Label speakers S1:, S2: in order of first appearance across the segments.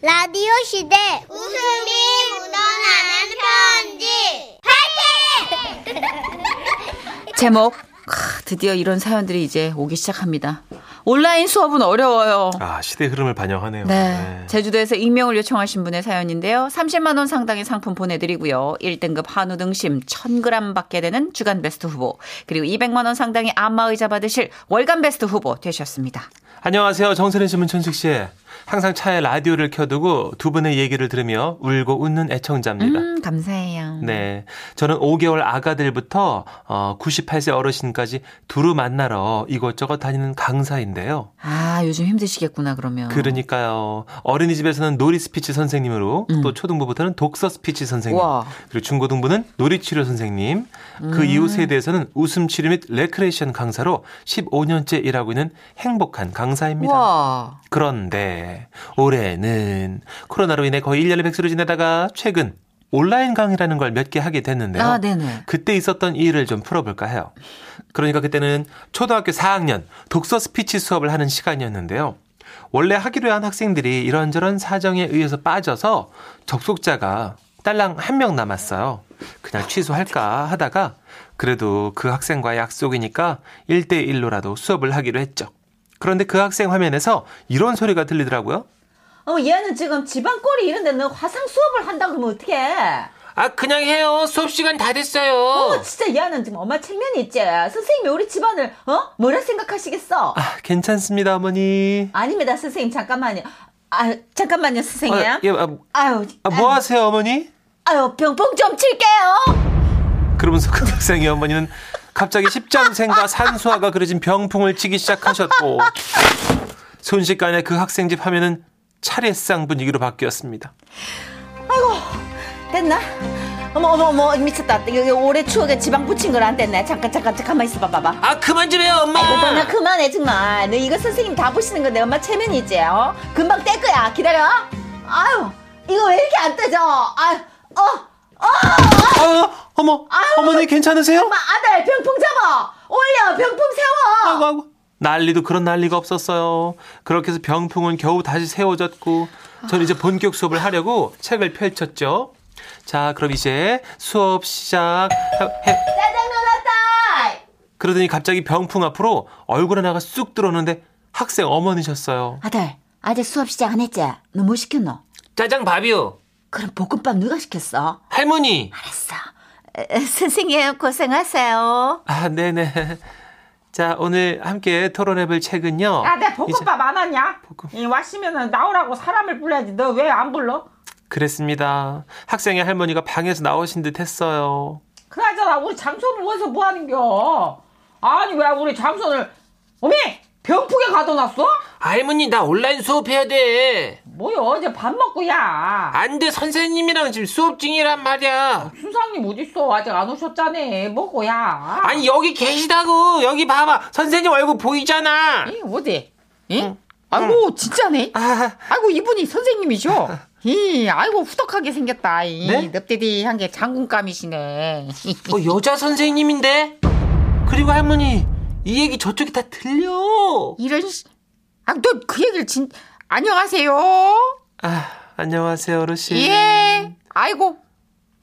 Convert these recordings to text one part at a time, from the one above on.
S1: 라디오 시대 웃음이 묻어나는 편지
S2: 제목 크, 드디어 이런 사연들이 이제 오기 시작합니다. 온라인 수업은 어려워요.
S3: 아, 시대 흐름을 반영하네요.
S2: 네.
S3: 네.
S2: 제주도에서 익명을 요청하신 분의 사연인데요. 30만 원 상당의 상품 보내드리고요. 1등급 한우 등심 1,000g 받게 되는 주간 베스트 후보 그리고 200만 원 상당의 안마의자 받으실 월간 베스트 후보 되셨습니다.
S3: 안녕하세요. 정선혜 씨, 문천식 씨. 항상 차에 라디오를 켜두고 두 분의 얘기를 들으며 울고 웃는 애청자입니다.
S2: 음, 감사해요.
S3: 네. 저는 5개월 아가들부터 어, 98세 어르신까지 두루 만나러 이것저것 다니는 강사인데요.
S2: 아 요즘 힘드시겠구나 그러면.
S3: 그러니까요. 어린이집에서는 놀이 스피치 선생님으로 또 초등부부터는 독서 스피치 선생님
S2: 음. 와. 음.
S3: 그리고 중고등부는 놀이 치료 선생님 그 이후 세대에서는 웃음 치료 및 레크레이션 강사로 15년째 일하고 있는 행복한 강사입니다.
S2: 와.
S3: 그런데 올해는 코로나로 인해 거의 1년을 백수로 지내다가 최근 온라인 강의라는 걸 몇 개 하게 됐는데요.
S2: 아 네네.
S3: 그때 있었던 일을 좀 풀어볼까 해요. 그러니까 그때는 초등학교 4학년 독서 스피치 수업을 하는 시간이었는데요. 원래 하기로 한 학생들이 이런저런 사정에 의해서 빠져서 접속자가 딸랑 한 명 남았어요. 그냥 취소할까 하다가 그래도 그 학생과의 약속이니까 1대1로라도 수업을 하기로 했죠. 그런데 그 학생 화면에서 이런 소리가 들리더라고요.
S4: 어, 얘는 지금 지방골이 이런데 너 화상 수업을 한다 그러면 어떡해?
S3: 아, 그냥 해요. 수업 시간 다
S4: 어,
S3: 됐어요.
S4: 진짜 얘는 지금 엄마 책면이 있지. 선생님이 우리 집안을, 어? 뭐라 생각하시겠어?
S3: 아, 괜찮습니다, 어머니.
S4: 아닙니다, 선생님. 잠깐만요. 아, 잠깐만요, 선생님.
S3: 아, 예, 아,
S4: 아유,
S3: 아, 뭐 하세요, 어머니?
S4: 아유, 병풍 좀 칠게요.
S3: 그러면서 그 학생의 어머니는 갑자기 십장생과 산수화가 그려진 병풍을 치기 시작하셨고 순식간에 그 학생 집 화면은 차례상 분위기로 바뀌었습니다.
S4: 됐나? 어머, 어머, 어머, 미쳤다. 이거, 이거 올해 추억에 지방 붙인 걸 안 됐네. 잠깐, 잠깐, 잠깐, 만 있어봐, 봐봐.
S3: 아 그만 좀 해요 엄마.
S4: 아이고, 너나 그만해, 정말. 너 이거 선생님 다 보시는 건데 엄마 체면이 있지, 어? 금방 뗄 거야. 기다려. 아유, 이거 왜 이렇게 안 떼져? 아유, 어?
S3: 아, 어머 어머니 괜찮으세요?
S4: 엄마 아들 병풍 잡아 올려 병풍 세워
S3: 아이고 아이고 난리도 그런 난리가 없었어요. 그렇게 해서 병풍은 겨우 다시 세워졌고 저는 이제 본격 수업을 하려고 책을 펼쳤죠. 자 그럼 이제 수업 시작. 해-
S4: 짜장 놀았다
S3: 그러더니 갑자기 병풍 앞으로 얼굴 하나가 쑥 들어오는데 학생 어머니셨어요.
S4: 아들 아직 수업 시작 안 했지 너 뭐 시켰노
S3: 짜장 밥이요.
S4: 그럼 볶음밥 누가 시켰어
S3: 할머니.
S4: 알았어 에, 선생님 고생하세요
S3: 아, 네네. 자, 오늘 함께 토론해볼 책은요.
S5: 야, 아, 내
S3: 이제-
S5: 볶음밥 안 하냐?
S3: 볶음-
S5: 이 왔으면은 나오라고 사람을 불러야지. 너 왜 안 불러?
S3: 그랬습니다. 학생의 할머니가 방에서 나오신 듯 했어요.
S5: 그나저나 우리 장손을 어디서 뭐 하는겨? 아니 왜 우리 장손을 어미 병풍에 가둬놨어?
S6: 할머니 나 온라인 수업해야 돼.
S5: 뭐야 어제 밥 먹고 야.
S6: 안 돼 선생님이랑 지금 수업 중이란 말이야.
S5: 수상님 어딨어? 아직 안 오셨잖아. 먹고 야.
S6: 아니 여기 계시다고 여기 봐봐 선생님 얼굴 보이잖아.
S5: 이, 어디? 응? 아이고 진짜네.
S3: 아,
S5: 아이고 이분이 선생님이셔. 이 아이고 후덕하게 생겼다. 이
S3: 네?
S5: 넙대디한 게 장군감이시네.
S6: 어,
S3: 뭐
S6: 여자 선생님인데. 그리고 할머니 이 얘기 저쪽에 다 들려.
S5: 이런 씨. 아, 너 그 얘기를 진 안녕하세요.
S3: 아, 안녕하세요, 어르신.
S5: 예. 아이고.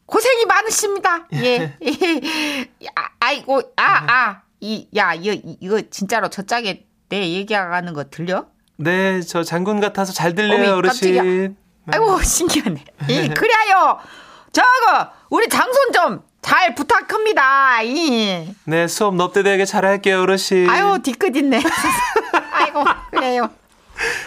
S5: 고생이 많으십니다. 예. 아, 아이고. 아, 아. 이 야, 이거 이거 진짜로 저 짝에 내 얘기하는 거 들려?
S3: 네, 저 장군 같아서 잘 들려요,
S5: 어머,
S3: 어르신.
S5: 깜짝이야. 아이고, 신기하네. 이 그래요. 저거 우리 장손 좀 잘 부탁합니다. 이.
S3: 네, 수업 넙대대하게 잘할게요, 어르신.
S5: 아유, 뒤끝 있네. 아이고, 그래요.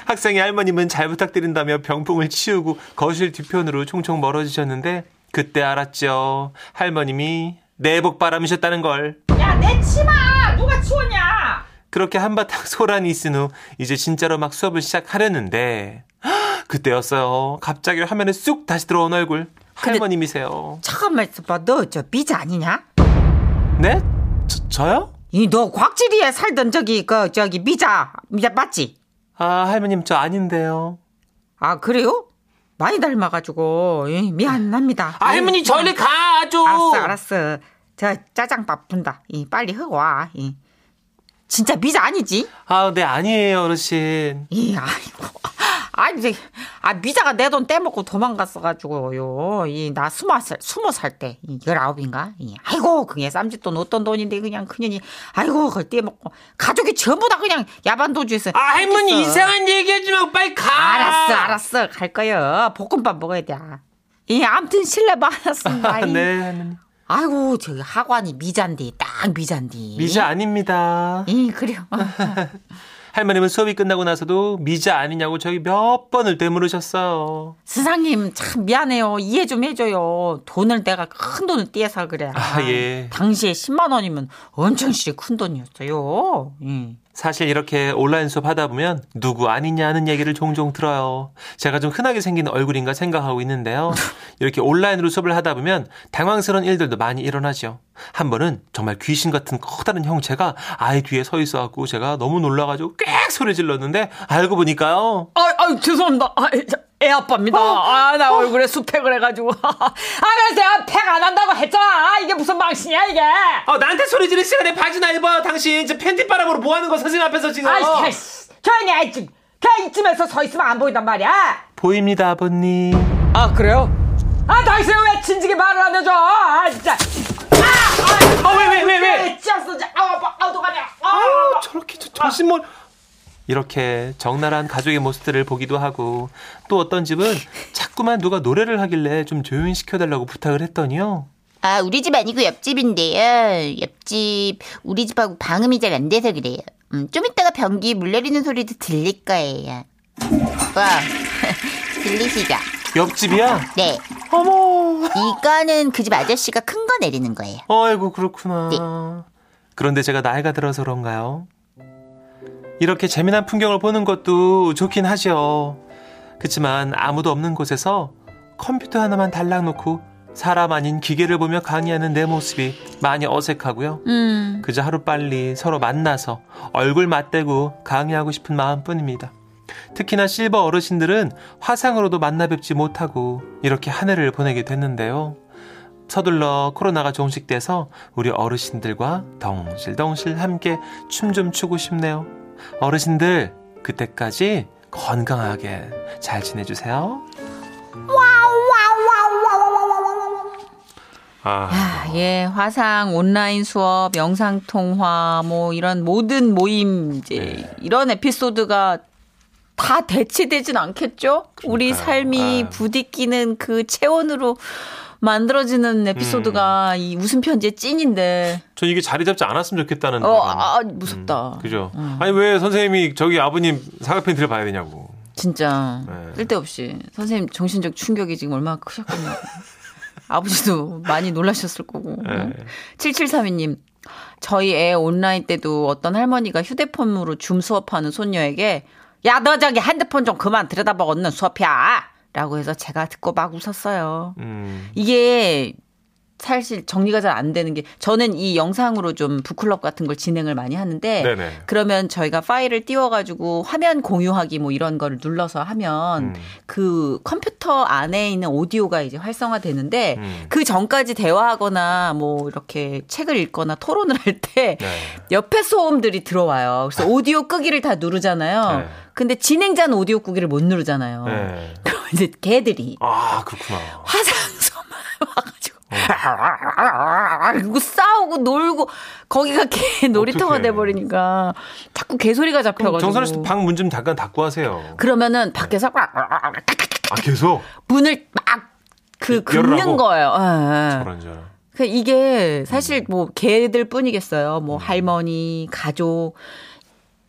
S3: 학생의 할머님은 잘 부탁드린다며 병풍을 치우고 거실 뒤편으로 총총 멀어지셨는데 그때 알았죠. 할머님이 내복 바람이셨다는 걸.
S5: 야, 내 치마 누가 치웠냐?
S3: 그렇게 한바탕 소란이 있은 후 이제 진짜로 막 수업을 시작하려는데 헉, 그때였어요. 갑자기 화면에 쑥 다시 들어온 얼굴. 할머님이세요.
S5: 잠깐만 있어봐. 너 저 비자 아니냐?
S3: 네? 저, 저요?
S5: 이 너 곽지리에 살던 저기 그 저기 미자 미자 맞지?
S3: 아 할머님 저 아닌데요.
S5: 아 그래요? 많이 닮아가지고 예, 미안합니다.
S6: 아, 할머니 저리 가 좀.
S5: 알았어 알았어. 저 짜장밥 분다. 예, 빨리 하고 와. 예. 진짜 미자 아니지?
S3: 아 네 아니에요 어르신.
S5: 예, 아이고. 아니 저기 아, 미자가 내 돈 떼먹고 도망갔어가지고요. 이, 나 스무 살, 스무 살 때, 이, 열아홉인가? 이, 아이고, 그게 쌈짓돈 어떤 돈인데, 그냥 그년이, 아이고, 그걸 떼먹고. 가족이 전부 다 그냥 야반도주에서.
S6: 아 할머니 이상한 얘기하지 말고 빨리
S3: 아!
S6: 가.
S5: 알았어, 알았어. 갈 거요. 볶음밥 먹어야 돼. 예, 암튼 실례
S6: 아,
S5: 많았습니다. 이.
S3: 네.
S5: 아이고, 저기 하관이 미잔디, 딱 미잔디.
S3: 미자 아닙니다.
S5: 예, 그래요.
S3: 할머님은 수업이 끝나고 나서도 미자 아니냐고 저희 몇 번을 되물으셨어요.
S5: 스상님, 참 미안해요. 이해 좀 해줘요. 돈을 내가 큰 돈을 떼서 그래.
S3: 아, 예.
S5: 당시에 10만 원이면 엄청 씨큰 돈이었어요. 예.
S3: 사실 이렇게 온라인 수업 하다 보면 누구 아니냐 하는 얘기를 종종 들어요. 제가 좀 흔하게 생긴 얼굴인가 생각하고 있는데요. 이렇게 온라인으로 수업을 하다 보면 당황스러운 일들도 많이 일어나죠. 한 번은 정말 귀신 같은 커다란 형체가 아이 뒤에 서 있어갖고 제가 너무 놀라가지고 꽥 소리 질렀는데 알고 보니까요.
S5: 아,
S6: 어,
S5: 아, 죄송합니다. 아, 애 아빠입니다.
S3: 어,
S5: 아, 나 얼굴에 수팩을 해가지고. 아, 그래서 내가 팩 안 한다고 했잖아. 이게 무슨 망신이야, 이게.
S6: 어, 나한테 소리 지를 시간에 바지나 입어. 당신 저 팬티 바람으로 뭐 하는 거 선생님 앞에서 지금.
S5: 아이씨, 아이씨. 조용히 해, 이쯤. 그냥 이쯤에서 서 있으면 안 보인단 말이야.
S3: 보입니다, 아버님.
S5: 아, 그래요? 아, 당신 왜 진지게 말을 안 해줘? 아, 진짜. 아,
S6: 아, 왜, 왜, 왜, 왜?
S5: 찢었어, 진짜. 아우, 아파, 아우, 도가냐.
S6: 아, 저렇게 저, 정신머리.
S3: 이렇게 적나라한 가족의 모습들을 보기도 하고 또 어떤 집은 자꾸만 누가 노래를 하길래 좀 조용히 시켜달라고 부탁을 했더니요.
S7: 아, 우리 집 아니고 옆집인데요. 옆집 우리 집하고 방음이 잘 안 돼서 그래요. 음, 좀 이따가 변기 물 내리는 소리도 들릴 거예요. 와, 들리시죠?
S3: 옆집이야?
S7: 네.
S3: 어머.
S7: 이거는 그 집 아저씨가 큰 거 내리는 거예요. 네.
S3: 아이고 그렇구나. 그런데 제가 나이가 들어서 그런가요? 이렇게 재미난 풍경을 보는 것도 좋긴 하죠. 그치만 아무도 없는 곳에서 컴퓨터 하나만 달랑 놓고 사람 아닌 기계를 보며 강의하는 내 모습이 많이 어색하고요.
S7: 음.
S3: 그저 하루빨리 서로 만나서 얼굴 맞대고 강의하고 싶은 마음뿐입니다. 특히나 실버 어르신들은 화상으로도 만나 뵙지 못하고 이렇게 한 해를 보내게 됐는데요. 서둘러 코로나가 종식돼서 우리 어르신들과 덩실덩실 함께 춤 좀 추고 싶네요. 어르신들, 그때까지 건강하게 잘 지내주세요. 아,
S2: 예, 화상, 온라인 수업, 영상통화, 뭐, 이런 모든 모임, 이제,
S3: 네.
S2: 이런 에피소드가 다 대체되진 않겠죠? 우리
S3: 그러니까요.
S2: 삶이
S3: 아유.
S2: 부딪히는 그 체온으로 만들어지는 에피소드가 이 웃음편지의 찐인데,
S3: 전 이게 자리 잡지 않았으면 좋겠다는.
S2: 어,
S3: 바람.
S2: 아, 무섭다. 음.
S3: 그죠? 아니, 왜 선생님이 저기 아버님 사과 팬티를 봐야 되냐고.
S2: 진짜.
S3: 네.
S2: 쓸데없이. 선생님 정신적 충격이 지금 얼마나 크셨군요. 아버지도 많이 놀라셨을 거고.
S3: 네.
S2: 7732님. 저희 애 온라인 때도 어떤 할머니가 휴대폰으로 줌 수업하는 손녀에게 야, 너 저기 핸드폰 좀 그만 들여다봐 얻는 수업이야. 라고 해서 제가 듣고 막 웃었어요.
S3: 음,
S2: 이게 사실 정리가 잘 안 되는 게 저는 이 영상으로 좀 북클럽 같은 걸 진행을 많이 하는데
S3: 네네.
S2: 그러면 저희가 파일을 띄워가지고 화면 공유하기 뭐 이런 거를 눌러서 하면
S3: 음.
S2: 그 컴퓨터 안에 있는 오디오가 이제 활성화되는데
S3: 음.
S2: 그 전까지 대화하거나 뭐 이렇게 책을 읽거나 토론을 할 때
S3: 네.
S2: 옆에 소음들이 들어와요. 그래서 오디오 끄기를 다 누르잖아요.
S3: 네.
S2: 근데 진행자는 오디오 끄기를 못 누르잖아요.
S3: 네.
S2: 그럼 이제 걔들이
S3: 아, 그렇구나.
S2: 화상서만 와가지고 그리고 싸우고 놀고 거기가 개 놀이터가
S3: 어. 어떡해.
S2: 돼버리니까 자꾸 개소리가 잡혀가지고
S3: 정선우 씨방 문 좀 잠깐 닫고 하세요.
S2: 그러면은 어. 밖에서
S3: 아, 계속?
S2: 문을 막 그 긁는
S3: 열라고?
S2: 거예요. 예, 예.
S3: 그런 줄 알아.
S2: 그 이게 사실 뭐 개들 뿐이겠어요. 뭐
S3: 음.
S2: 할머니, 가족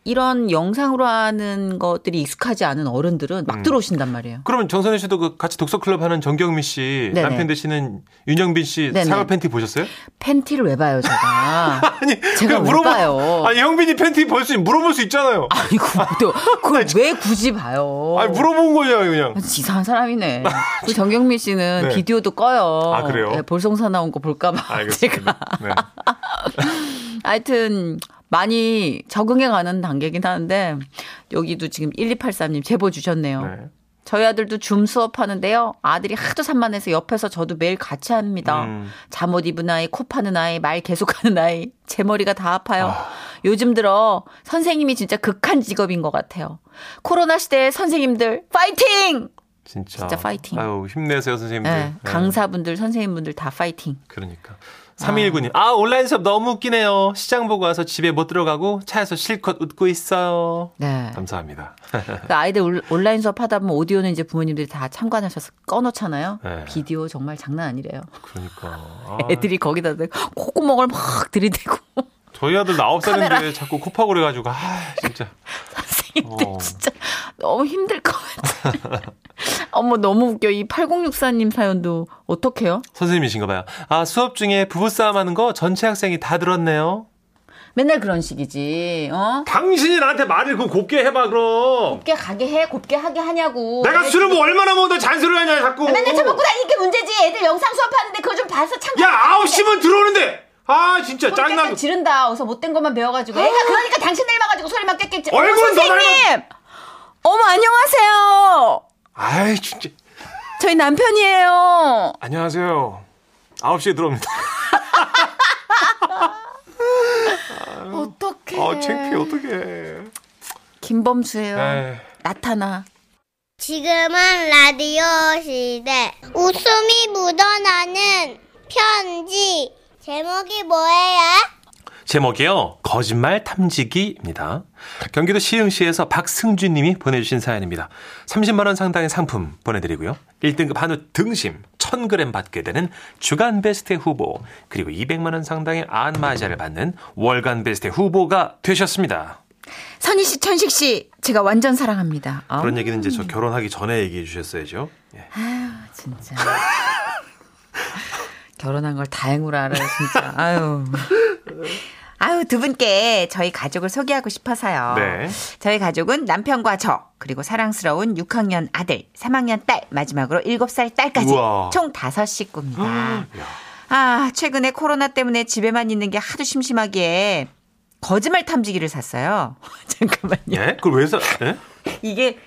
S2: 이런 영상으로 하는 것들이 익숙하지 않은 어른들은
S3: 음.
S2: 막 들어오신단 말이에요.
S3: 그러면 정선혜 씨도 그 같이 독서 클럽 하는 정경민 씨
S2: 네네.
S3: 남편 되시는 윤영빈 씨
S2: 네네.
S3: 사과 팬티 보셨어요?
S2: 그 팬티를 왜 봐요, 제가?
S3: 아니
S2: 제가
S3: 그냥
S2: 왜 봐요?
S3: 아니 형빈이 팬티 볼 수 물어볼 수 있잖아요.
S2: 아이고, 또 그걸 왜 굳이 봐요?
S3: 아니 물어본 거잖아요 그냥.
S2: 이상한 사람이네. 그 정경민 씨는
S3: 네.
S2: 비디오도 꺼요.
S3: 아, 그래요?
S2: 예, 볼송사 나온 거 볼까봐 아, 제가
S3: 알겠습니다. 네.
S2: 하여튼 많이 적응해 가는 단계긴 하는데 여기도 지금 1283님 제보 주셨네요.
S3: 네.
S2: 저희 아들도 줌 수업하는데요. 아들이 하도 산만해서 옆에서 저도 매일 같이 합니다.
S3: 음.
S2: 잠옷 입은 아이, 코 파는 아이, 말 계속하는 아이, 제 머리가 다 아파요. 요즘 들어 선생님이 진짜 극한 직업인 것 같아요. 코로나 시대의 선생님들 파이팅!
S3: 진짜.
S2: 진짜 파이팅.
S3: 아유, 힘내세요, 선생님들.
S2: 네,
S3: 네.
S2: 강사분들, 선생님분들 다 파이팅.
S3: 그러니까. 3219님, 아, 온라인 수업 너무 웃기네요. 시장 보고 와서 집에 못 들어가고 차에서 실컷 웃고 있어요.
S2: 네.
S3: 감사합니다.
S2: 그 아이들 올- 온라인 수업 하다 보면 오디오는 이제 부모님들이 다 참관하셔서 꺼놓잖아요.
S3: 네.
S2: 비디오 정말 장난 아니래요.
S3: 그러니까. 아,
S2: 애들이 거기다 대- 콧구멍을 막 들이대고
S3: 저희 아들 나 9살인데 자꾸 코파고 그래가지고, 아, 진짜.
S2: 선생님들
S3: 어.
S2: 진짜 너무 힘들 것 같아. 어머 너무 웃겨. 이 8064님 사연도 어떡해요?
S3: 선생님이신가 봐요. 아, 수업 중에 부부싸움 하는 거 전체 학생이 다 들었네요.
S2: 맨날 그런 식이지. 어?
S3: 당신이 나한테 말을 그 곱게 해봐, 그럼.
S2: 곱게 가게 해, 곱게 하게 하냐고.
S3: 내가 술을
S2: 그-
S3: 뭐 얼마나 먹어도 잔소리 하냐, 자꾸.
S2: 아,
S4: 맨날 처먹고 다니는 게 문제지. 애들 영상 수업하는데 그거 좀 봐서 참.
S3: 야, 9시면 들어오는데! 아, 진짜
S4: 짱나
S3: 짜증나고.
S4: 지른다. 어서 못된 것만 배워가지고. 애가 그러니까 당신 닮아가지고 소리만 깼겠지.
S3: 얼굴은 너 닮아.
S2: 선생님! 어머 안녕하세요.
S3: 아이, 진짜.
S2: 저희 남편이에요.
S3: 안녕하세요. 9시에 들어옵니다.
S2: 어떡해.
S3: 아, 창피해, 어떡해. 네.
S2: 김범수예요.
S3: 에이.
S2: 나타나.
S1: 지금은 라디오 시대. 웃음이 묻어나는 편지. 제목이 뭐예요?
S3: 제목이요. 거짓말 탐지기입니다. 경기도 시흥시에서 박승준 님이 보내주신 사연입니다. 30만 원 상당의 상품 보내드리고요. 1등급 한우 등심 1000g 받게 되는 주간베스트 후보 그리고 200만 원 상당의 안마자를 받는 월간베스트 후보가 되셨습니다.
S2: 선희 씨, 천식 씨, 제가 완전 사랑합니다. 아,
S3: 그런 얘기는 이제 저 결혼하기 전에 얘기해 주셨어야죠. 예.
S2: 진짜. 결혼한 걸 다행으로 알아요, 진짜. 아유. 아유, 두 분께 저희 가족을 소개하고 싶어서요.
S3: 네.
S2: 저희 가족은 남편과 저, 그리고 사랑스러운 6학년 아들, 3학년 딸, 마지막으로 7살 딸까지
S3: 우와. 음,
S2: 총 다섯 식구입니다.
S3: 야.
S2: 아, 최근에 코로나 때문에 집에만 있는 게 하도 심심하기에 거짓말 탐지기를 샀어요. 잠깐만요.
S3: 예? 그걸 왜 사? 예?
S2: 이게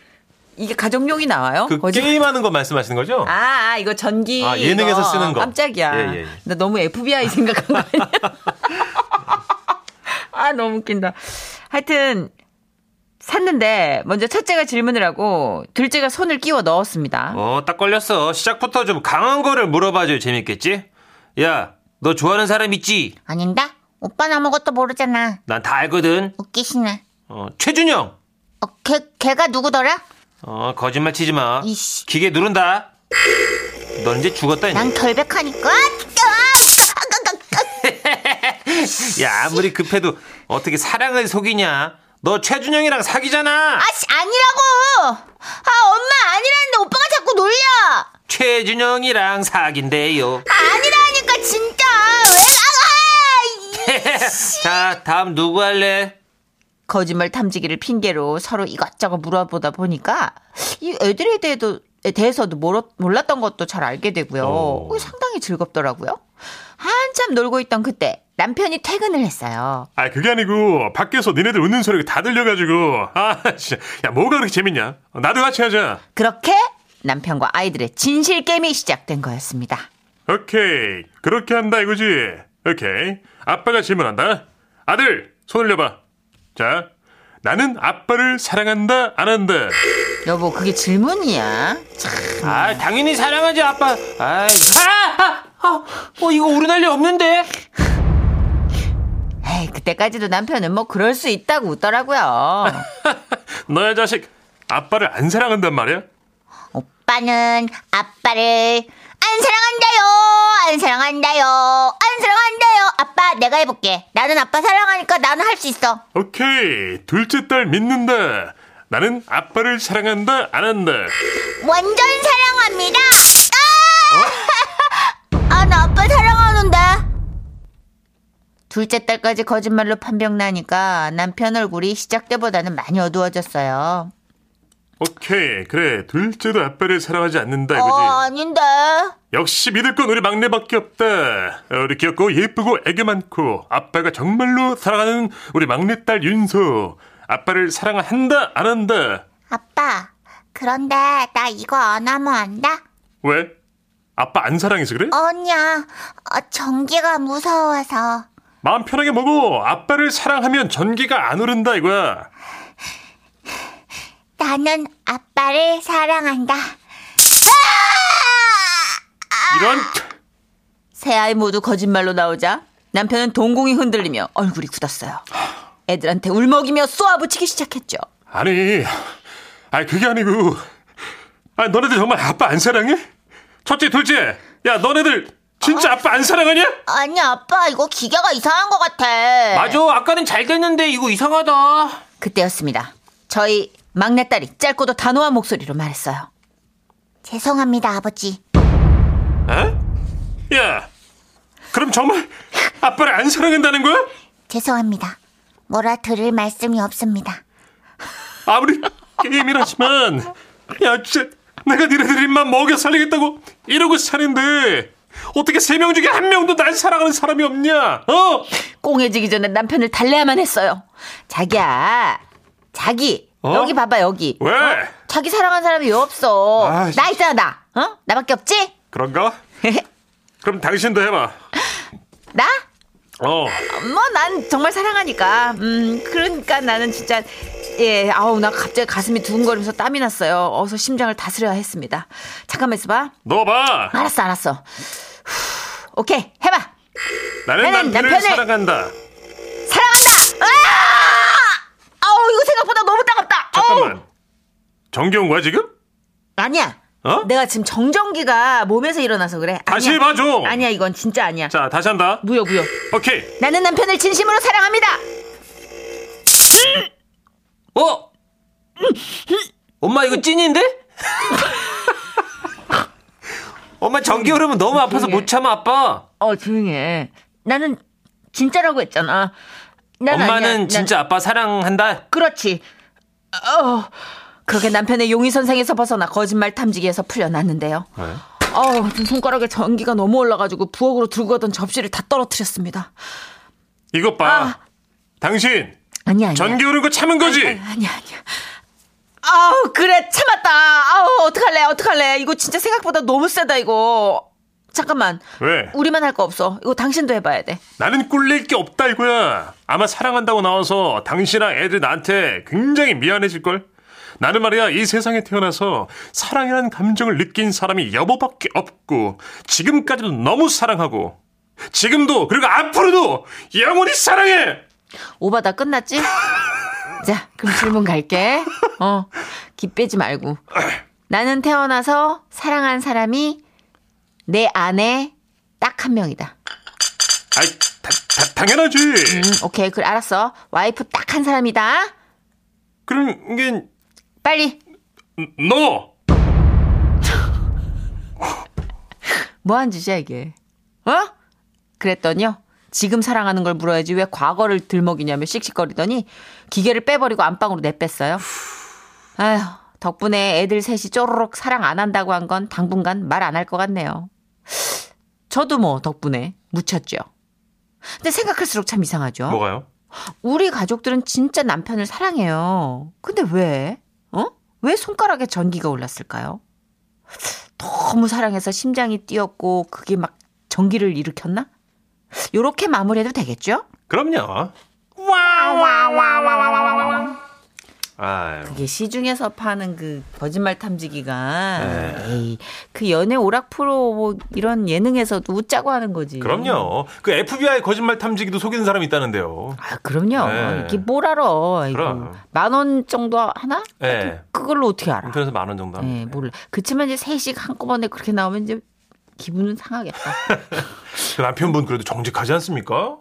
S2: 이게 가정용이 나와요?
S3: 그
S2: 거짓말-
S3: 게임하는 거 말씀하시는 거죠?
S2: 아, 아, 이거 전기
S3: 아, 예능에서
S2: 이거.
S3: 쓰는 거.
S2: 깜짝이야.
S3: 예, 예, 예.
S2: 나 너무 FBI 생각한 거 아니야? 아, 너무 웃긴다. 하여튼 샀는데 먼저 첫째가 질문을 하고 둘째가 손을 끼워 넣었습니다.
S6: 어, 딱 걸렸어. 시작부터 좀 강한 거를 물어봐줘야 재밌겠지? 야, 너 좋아하는 사람 있지?
S7: 아닌다? 오빠는 아무것도 모르잖아.
S6: 난 다 알거든.
S7: 웃기시네.
S6: 어, 최준영.
S7: 어, 걔, 걔가 누구더라?
S6: 어, 거짓말 치지 마.
S7: 이씨.
S6: 기계 누른다. 넌 이제 죽었다, 이제.
S7: 난 결백하니까. 아, 아, 아, 아, 아.
S6: 야, 아무리 급해도 어떻게 사랑을 속이냐. 너 최준영이랑 사귀잖아.
S7: 아씨 아니라고. 아 엄마 아니라는데 오빠가 자꾸 놀려.
S6: 최준영이랑 사귄대요.
S7: 아니라니까 진짜 왜? 아, 아, 이-
S6: 자, 다음 누구 할래?
S2: 거짓말 탐지기를 핑계로 서로 이것저것 물어보다 보니까 이 애들에 대해도 대해서도 몰- 몰랐던 것도 잘 알게 되고요.
S3: 어.
S2: 어, 상당히 즐겁더라고요. 한참 놀고 있던 그때 남편이 퇴근을 했어요.
S3: 아 그게 아니고 밖에서 니네들 웃는 소리가 다 들려가지고 아 진짜 야 뭐가 그렇게 재밌냐 나도 같이 하자
S2: 그렇게 남편과 아이들의 진실 게임이 시작된 거였습니다.
S3: 오케이 그렇게 한다 이거지 오케이 아빠가 질문한다 아들 손을 내봐 자 나는 아빠를 사랑한다 안 한다
S2: 여보, 그게 질문이야.
S6: 아, 당연히 사랑하지, 아빠. 아, 아, 아, 어, 어, 이거 오르날 리 없는데?
S2: 에이, 그때까지도 남편은 뭐 그럴 수 있다고 웃더라고요.
S3: 너야 자식 아빠를 안 사랑한단 말이야
S7: 오빠는 아빠를 안 사랑한다요. 안 사랑한다요. 안 사랑한다요. 아빠 내가 해볼게. 나는 아빠 사랑하니까 나는 할 수 있어.
S3: 오케이 둘째 딸 믿는다 나는 아빠를 사랑한다 안 한다
S7: 완전 사랑합니다.
S2: 어?
S7: 아! 아, 나 아빠 사랑하는데.
S2: 둘째 딸까지 거짓말로 판명 나니까 남편 얼굴이 시작 때보다는 많이 어두워졌어요.
S3: 오케이 그래 둘째도 아빠를 사랑하지 않는다
S7: 어,
S3: 이거지
S7: 아닌데.
S3: 역시 믿을 건 우리 막내밖에 없다. 우리 귀엽고 예쁘고 애교 많고 아빠가 정말로 사랑하는 우리 막내딸 윤소. 아빠를 사랑한다 안 한다.
S7: 아빠, 그런데 나 이거 안 하면 안다?
S3: 왜? 아빠 안 사랑해서 그래?
S7: 언니야, 어, 전기가 무서워서.
S3: 마음 편하게 먹어. 아빠를 사랑하면 전기가 안 오른다 이거야.
S7: 나는 아빠를 사랑한다.
S6: 이런
S2: 세 아이 모두 거짓말로 나오자 남편은 동공이 흔들리며 얼굴이 굳었어요. 애들한테 울먹이며 쏘아붙이기 시작했죠.
S6: 아니, 아니 그게 아니고, 아니 너네들 정말 아빠 안 사랑해? 첫째, 둘째, 야 너네들 진짜 아빠 안 사랑하냐?
S7: 아니 아빠 이거 기계가 이상한 것
S4: 네.
S7: 같아.
S6: 맞아, 아까는 잘 됐는데 이거 이상하다.
S2: 그때였습니다. 저희 막내딸이 짧고도 단호한 목소리로 말했어요.
S7: 죄송합니다 아버지.
S6: 어? 야, 그럼 정말 아빠를 안 사랑한다는 거야?
S7: 죄송합니다. 뭐라 들을 말씀이 없습니다.
S6: 아무리 게임이라지만, 야 진짜 내가 니네들 입만 먹여 살리겠다고 이러고 사는데 어떻게 세 명 중에 한 명도 날 사랑하는 사람이 없냐? 어?
S2: 꽁해지기 전에 남편을 달래야만 했어요. 자기야, 자기
S6: 어?
S2: 여기 봐봐 여기.
S6: 왜?
S2: 자기 사랑한 사람이 왜 없어?
S6: 아,
S2: 나 있잖아 나. 어? 나밖에 없지?
S6: 그런가? 그럼 당신도 해봐.
S2: 나?
S6: 어.
S2: 뭐 난 정말 사랑하니까. 음 그러니까 나는 진짜 예 아우 나 갑자기 가슴이 두근거리면서 땀이 났어요. 어서 심장을 다스려야 했습니다. 잠깐만 있어봐.
S6: 넣어봐.
S2: 알았어 알았어. 후, 오케이 해봐.
S6: 나는
S2: 나는
S6: 남편을,
S2: 남편을-
S6: 사랑한다.
S2: 사랑한다. 아! 아우 이거 생각보다 너무 따갑다. 아우!
S6: 잠깐만. 정겨운 거야 지금?
S2: 아니야.
S6: 어?
S2: 내가 지금 정전기가 몸에서 일어나서 그래.
S6: 다시
S2: 아니야.
S6: 해봐줘.
S2: 아니야, 이건 진짜 아니야.
S6: 자 다시 한다.
S2: 무여 무여.
S6: 오케이.
S2: 나는 남편을 진심으로 사랑합니다.
S6: 어? 엄마 이거 찐인데? 엄마 전기 흐르면 너무 아파서 못 참아 아빠.
S5: 어 조용해. 나는 진짜라고 했잖아.
S2: 네.
S5: 난
S6: 엄마는
S5: 아니야. 난-
S6: 진짜 아빠 사랑한다.
S5: 그렇지.
S2: 어. 그렇게 남편의 용의선상에서 벗어나 거짓말 탐지기에서 풀려났는데요. 어우, 지금 손가락에 전기가 너무 올라가지고 부엌으로 들고 가던 접시를 다 떨어뜨렸습니다.
S6: 이것 봐.
S2: 아.
S6: 당신
S2: 아니야, 아니야.
S6: 전기 흐르는 거 참은
S3: 네.
S6: 거지?
S2: 아니야, 아니야. 아우, 그래, 참았다. 아우, 어떡할래, 어떡할래. 이거 진짜 생각보다 너무 세다, 이거. 잠깐만.
S6: 왜?
S2: 우리만 할 거 없어. 이거 당신도 해봐야 돼.
S6: 나는 꿀릴 게 없다 이거야. 아마 사랑한다고 나와서 당신이랑 애들 나한테 굉장히 미안해질 걸. 나는 말이야 이 세상에 태어나서 사랑이라는 감정을 느낀 사람이 여보밖에 없고 지금까지도 너무 사랑하고 지금도 그리고 앞으로도 영원히 사랑해.
S2: 오바 다 끝났지? 자, 그럼 질문 갈게. 어, 기 빼지 말고. 나는 태어나서 사랑한 사람이 내 아내 딱 한 명이다.
S6: 아이 다- 다- 당연하지.
S2: 음, 오케이, 그래 알았어. 와이프 딱 한 사람이다.
S6: 그럼 이게
S2: 빨리
S6: 너
S2: 뭐 한 짓이야 이게? 어? 그랬더니요. 지금 사랑하는 걸 물어야지 왜 과거를 들먹이냐며 씩씩거리더니 기계를 빼버리고 안방으로 내뺐어요. 아휴, 덕분에 애들 셋이 쪼르륵 사랑 안 한다고 한 건 당분간 말 안 할 것 같네요. 저도 뭐 덕분에 묻혔죠. 근데 생각할수록 참 이상하죠.
S6: 뭐가요?
S2: 우리 가족들은 진짜 남편을 사랑해요. 근데 왜? 어? 왜 손가락에 전기가 올랐을까요? 너무 사랑해서 심장이 뛰었고 그게 막 전기를 일으켰나? 요렇게 마무리해도 되겠죠?
S6: 그럼요. 아
S2: 이게 시중에서 파는 그 거짓말 탐지기가
S6: 네.
S2: 에이, 그 연애 오락 프로 뭐 이런 예능에서도 웃자고 하는 거지.
S6: 그럼요. 그 FBI 거짓말 탐지기도 속이는 사람이 있다는데요.
S2: 아, 그럼요.
S6: 네.
S2: 이게 뭘 알아? 이거
S6: 그럼.
S2: 만원 정도 하나?
S6: 예.
S2: 그걸로 어떻게 알아?
S6: 인터넷에 만 원 정도
S2: 네,
S6: 합니다.
S2: 몰라. 그치만 이제 세식 한꺼번에 그렇게 나오면 이제 기분은 상하겠다.
S6: 그 남편분 그래도 정직하지 않습니까?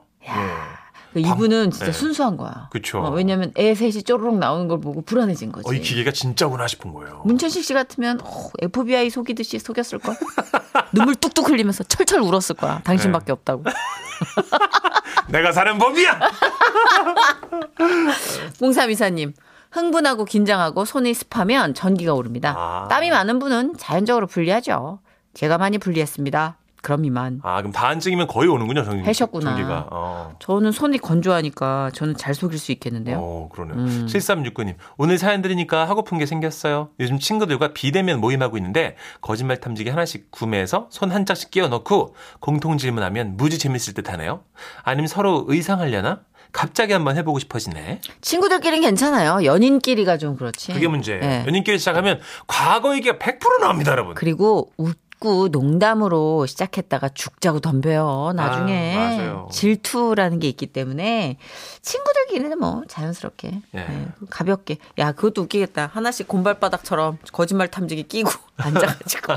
S2: 그 이분은 진짜
S6: 네.
S2: 순수한 거야.
S6: 그쵸.
S2: 어, 왜냐면 애 셋이 쪼르륵 나오는 걸 보고 불안해진 거지.
S6: 어, 이 기계가 진짜구나 싶은 거예요.
S2: 문천식 씨 같으면 어, FBI 속이듯이 속였을 걸. 눈물 뚝뚝 흘리면서 철철 울었을 거야.
S6: 네.
S2: 당신밖에 없다고.
S6: 내가 사는 법이야.
S2: 공삼 이사님. 흥분하고 긴장하고 손이 습하면 전기가 오릅니다.
S6: 아.
S2: 땀이 많은 분은 자연적으로 불리하죠. 제가 많이 불리했습니다. 그럼 이만.
S6: 아 그럼 반증이면 거의 오는군요, 정,
S2: 하셨구나.
S6: 전기가. 어.
S2: 저는 손이 건조하니까 저는 잘 속일 수 있겠는데요. 음.
S6: 어, 그러네요. 7369님, 오늘 사연 들으니까 하고픈 게 생겼어요. 요즘 친구들과 비대면 모임하고 있는데, 거짓말 탐지기 하나씩 구매해서 손 한 짝씩 끼워 넣고, 공통 질문하면 무지 재밌을 듯 하네요. 아니면 서로 의상하려나?
S3: 갑자기 한번 해보고 싶어지네.
S2: 친구들끼리는 괜찮아요. 연인끼리가 좀 그렇지.
S3: 그게 문제예요.
S2: 네.
S3: 연인끼리 시작하면 과거 얘기가 100% 나옵니다, 여러분.
S2: 그리고 웃고 농담으로 시작했다가 죽자고 덤벼요. 나중에
S3: 아, 맞아요.
S2: 질투라는 게 있기 때문에 친구들끼리는 뭐 자연스럽게
S3: 예.
S2: 예, 가볍게 야 그것도 웃기겠다 하나씩 곰발바닥처럼 거짓말 탐지기 끼고 앉아가지고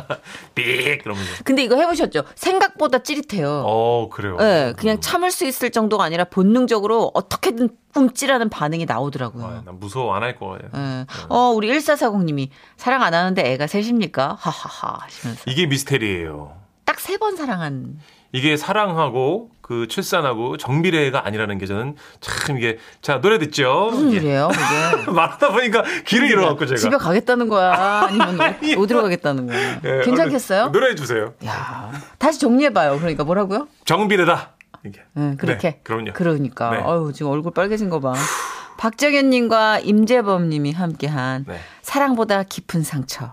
S3: 삑! 그러면서.
S2: 근데 이거 해보셨죠? 생각보다 찌릿해요.
S3: 어, 그래요.
S2: 예, 그냥 참을 수 있을 정도가 아니라 본능적으로 어떻게든 움찔하는 반응이 나오더라고요.
S3: 아, 난 무서워 안 할 거예요.
S2: 예. 어, 우리 1440님이 사랑 안 하는데 애가 셋입니까? 하하하 하시면서.
S3: 이게 미스테리예요.
S2: 딱 세 번 사랑한.
S3: 이게 사랑하고 그 출산하고 정비례가 아니라는 게 저는 참 이게 자 노래 듣죠.
S2: 무슨
S3: 예.
S2: 일이에요, 그게?
S3: 말하다 보니까 길을 잃어갖고 제가.
S2: 집에 가겠다는 거야? 아니면 어디로 가겠다는 거야?
S3: 예,
S2: 괜찮겠어요?
S3: 얼른 노래해 주세요.
S2: 야, 다시 정리해봐요. 그러니까 뭐라고요?
S3: 정비례다. 이게.
S2: 응, 그렇게.
S3: 네, 그럼요.
S2: 그러니까.
S3: 네.
S2: 어유 지금 얼굴 빨개진 거 봐. 박정현님과 임재범님이 함께한
S3: 네.
S2: 사랑보다 깊은 상처.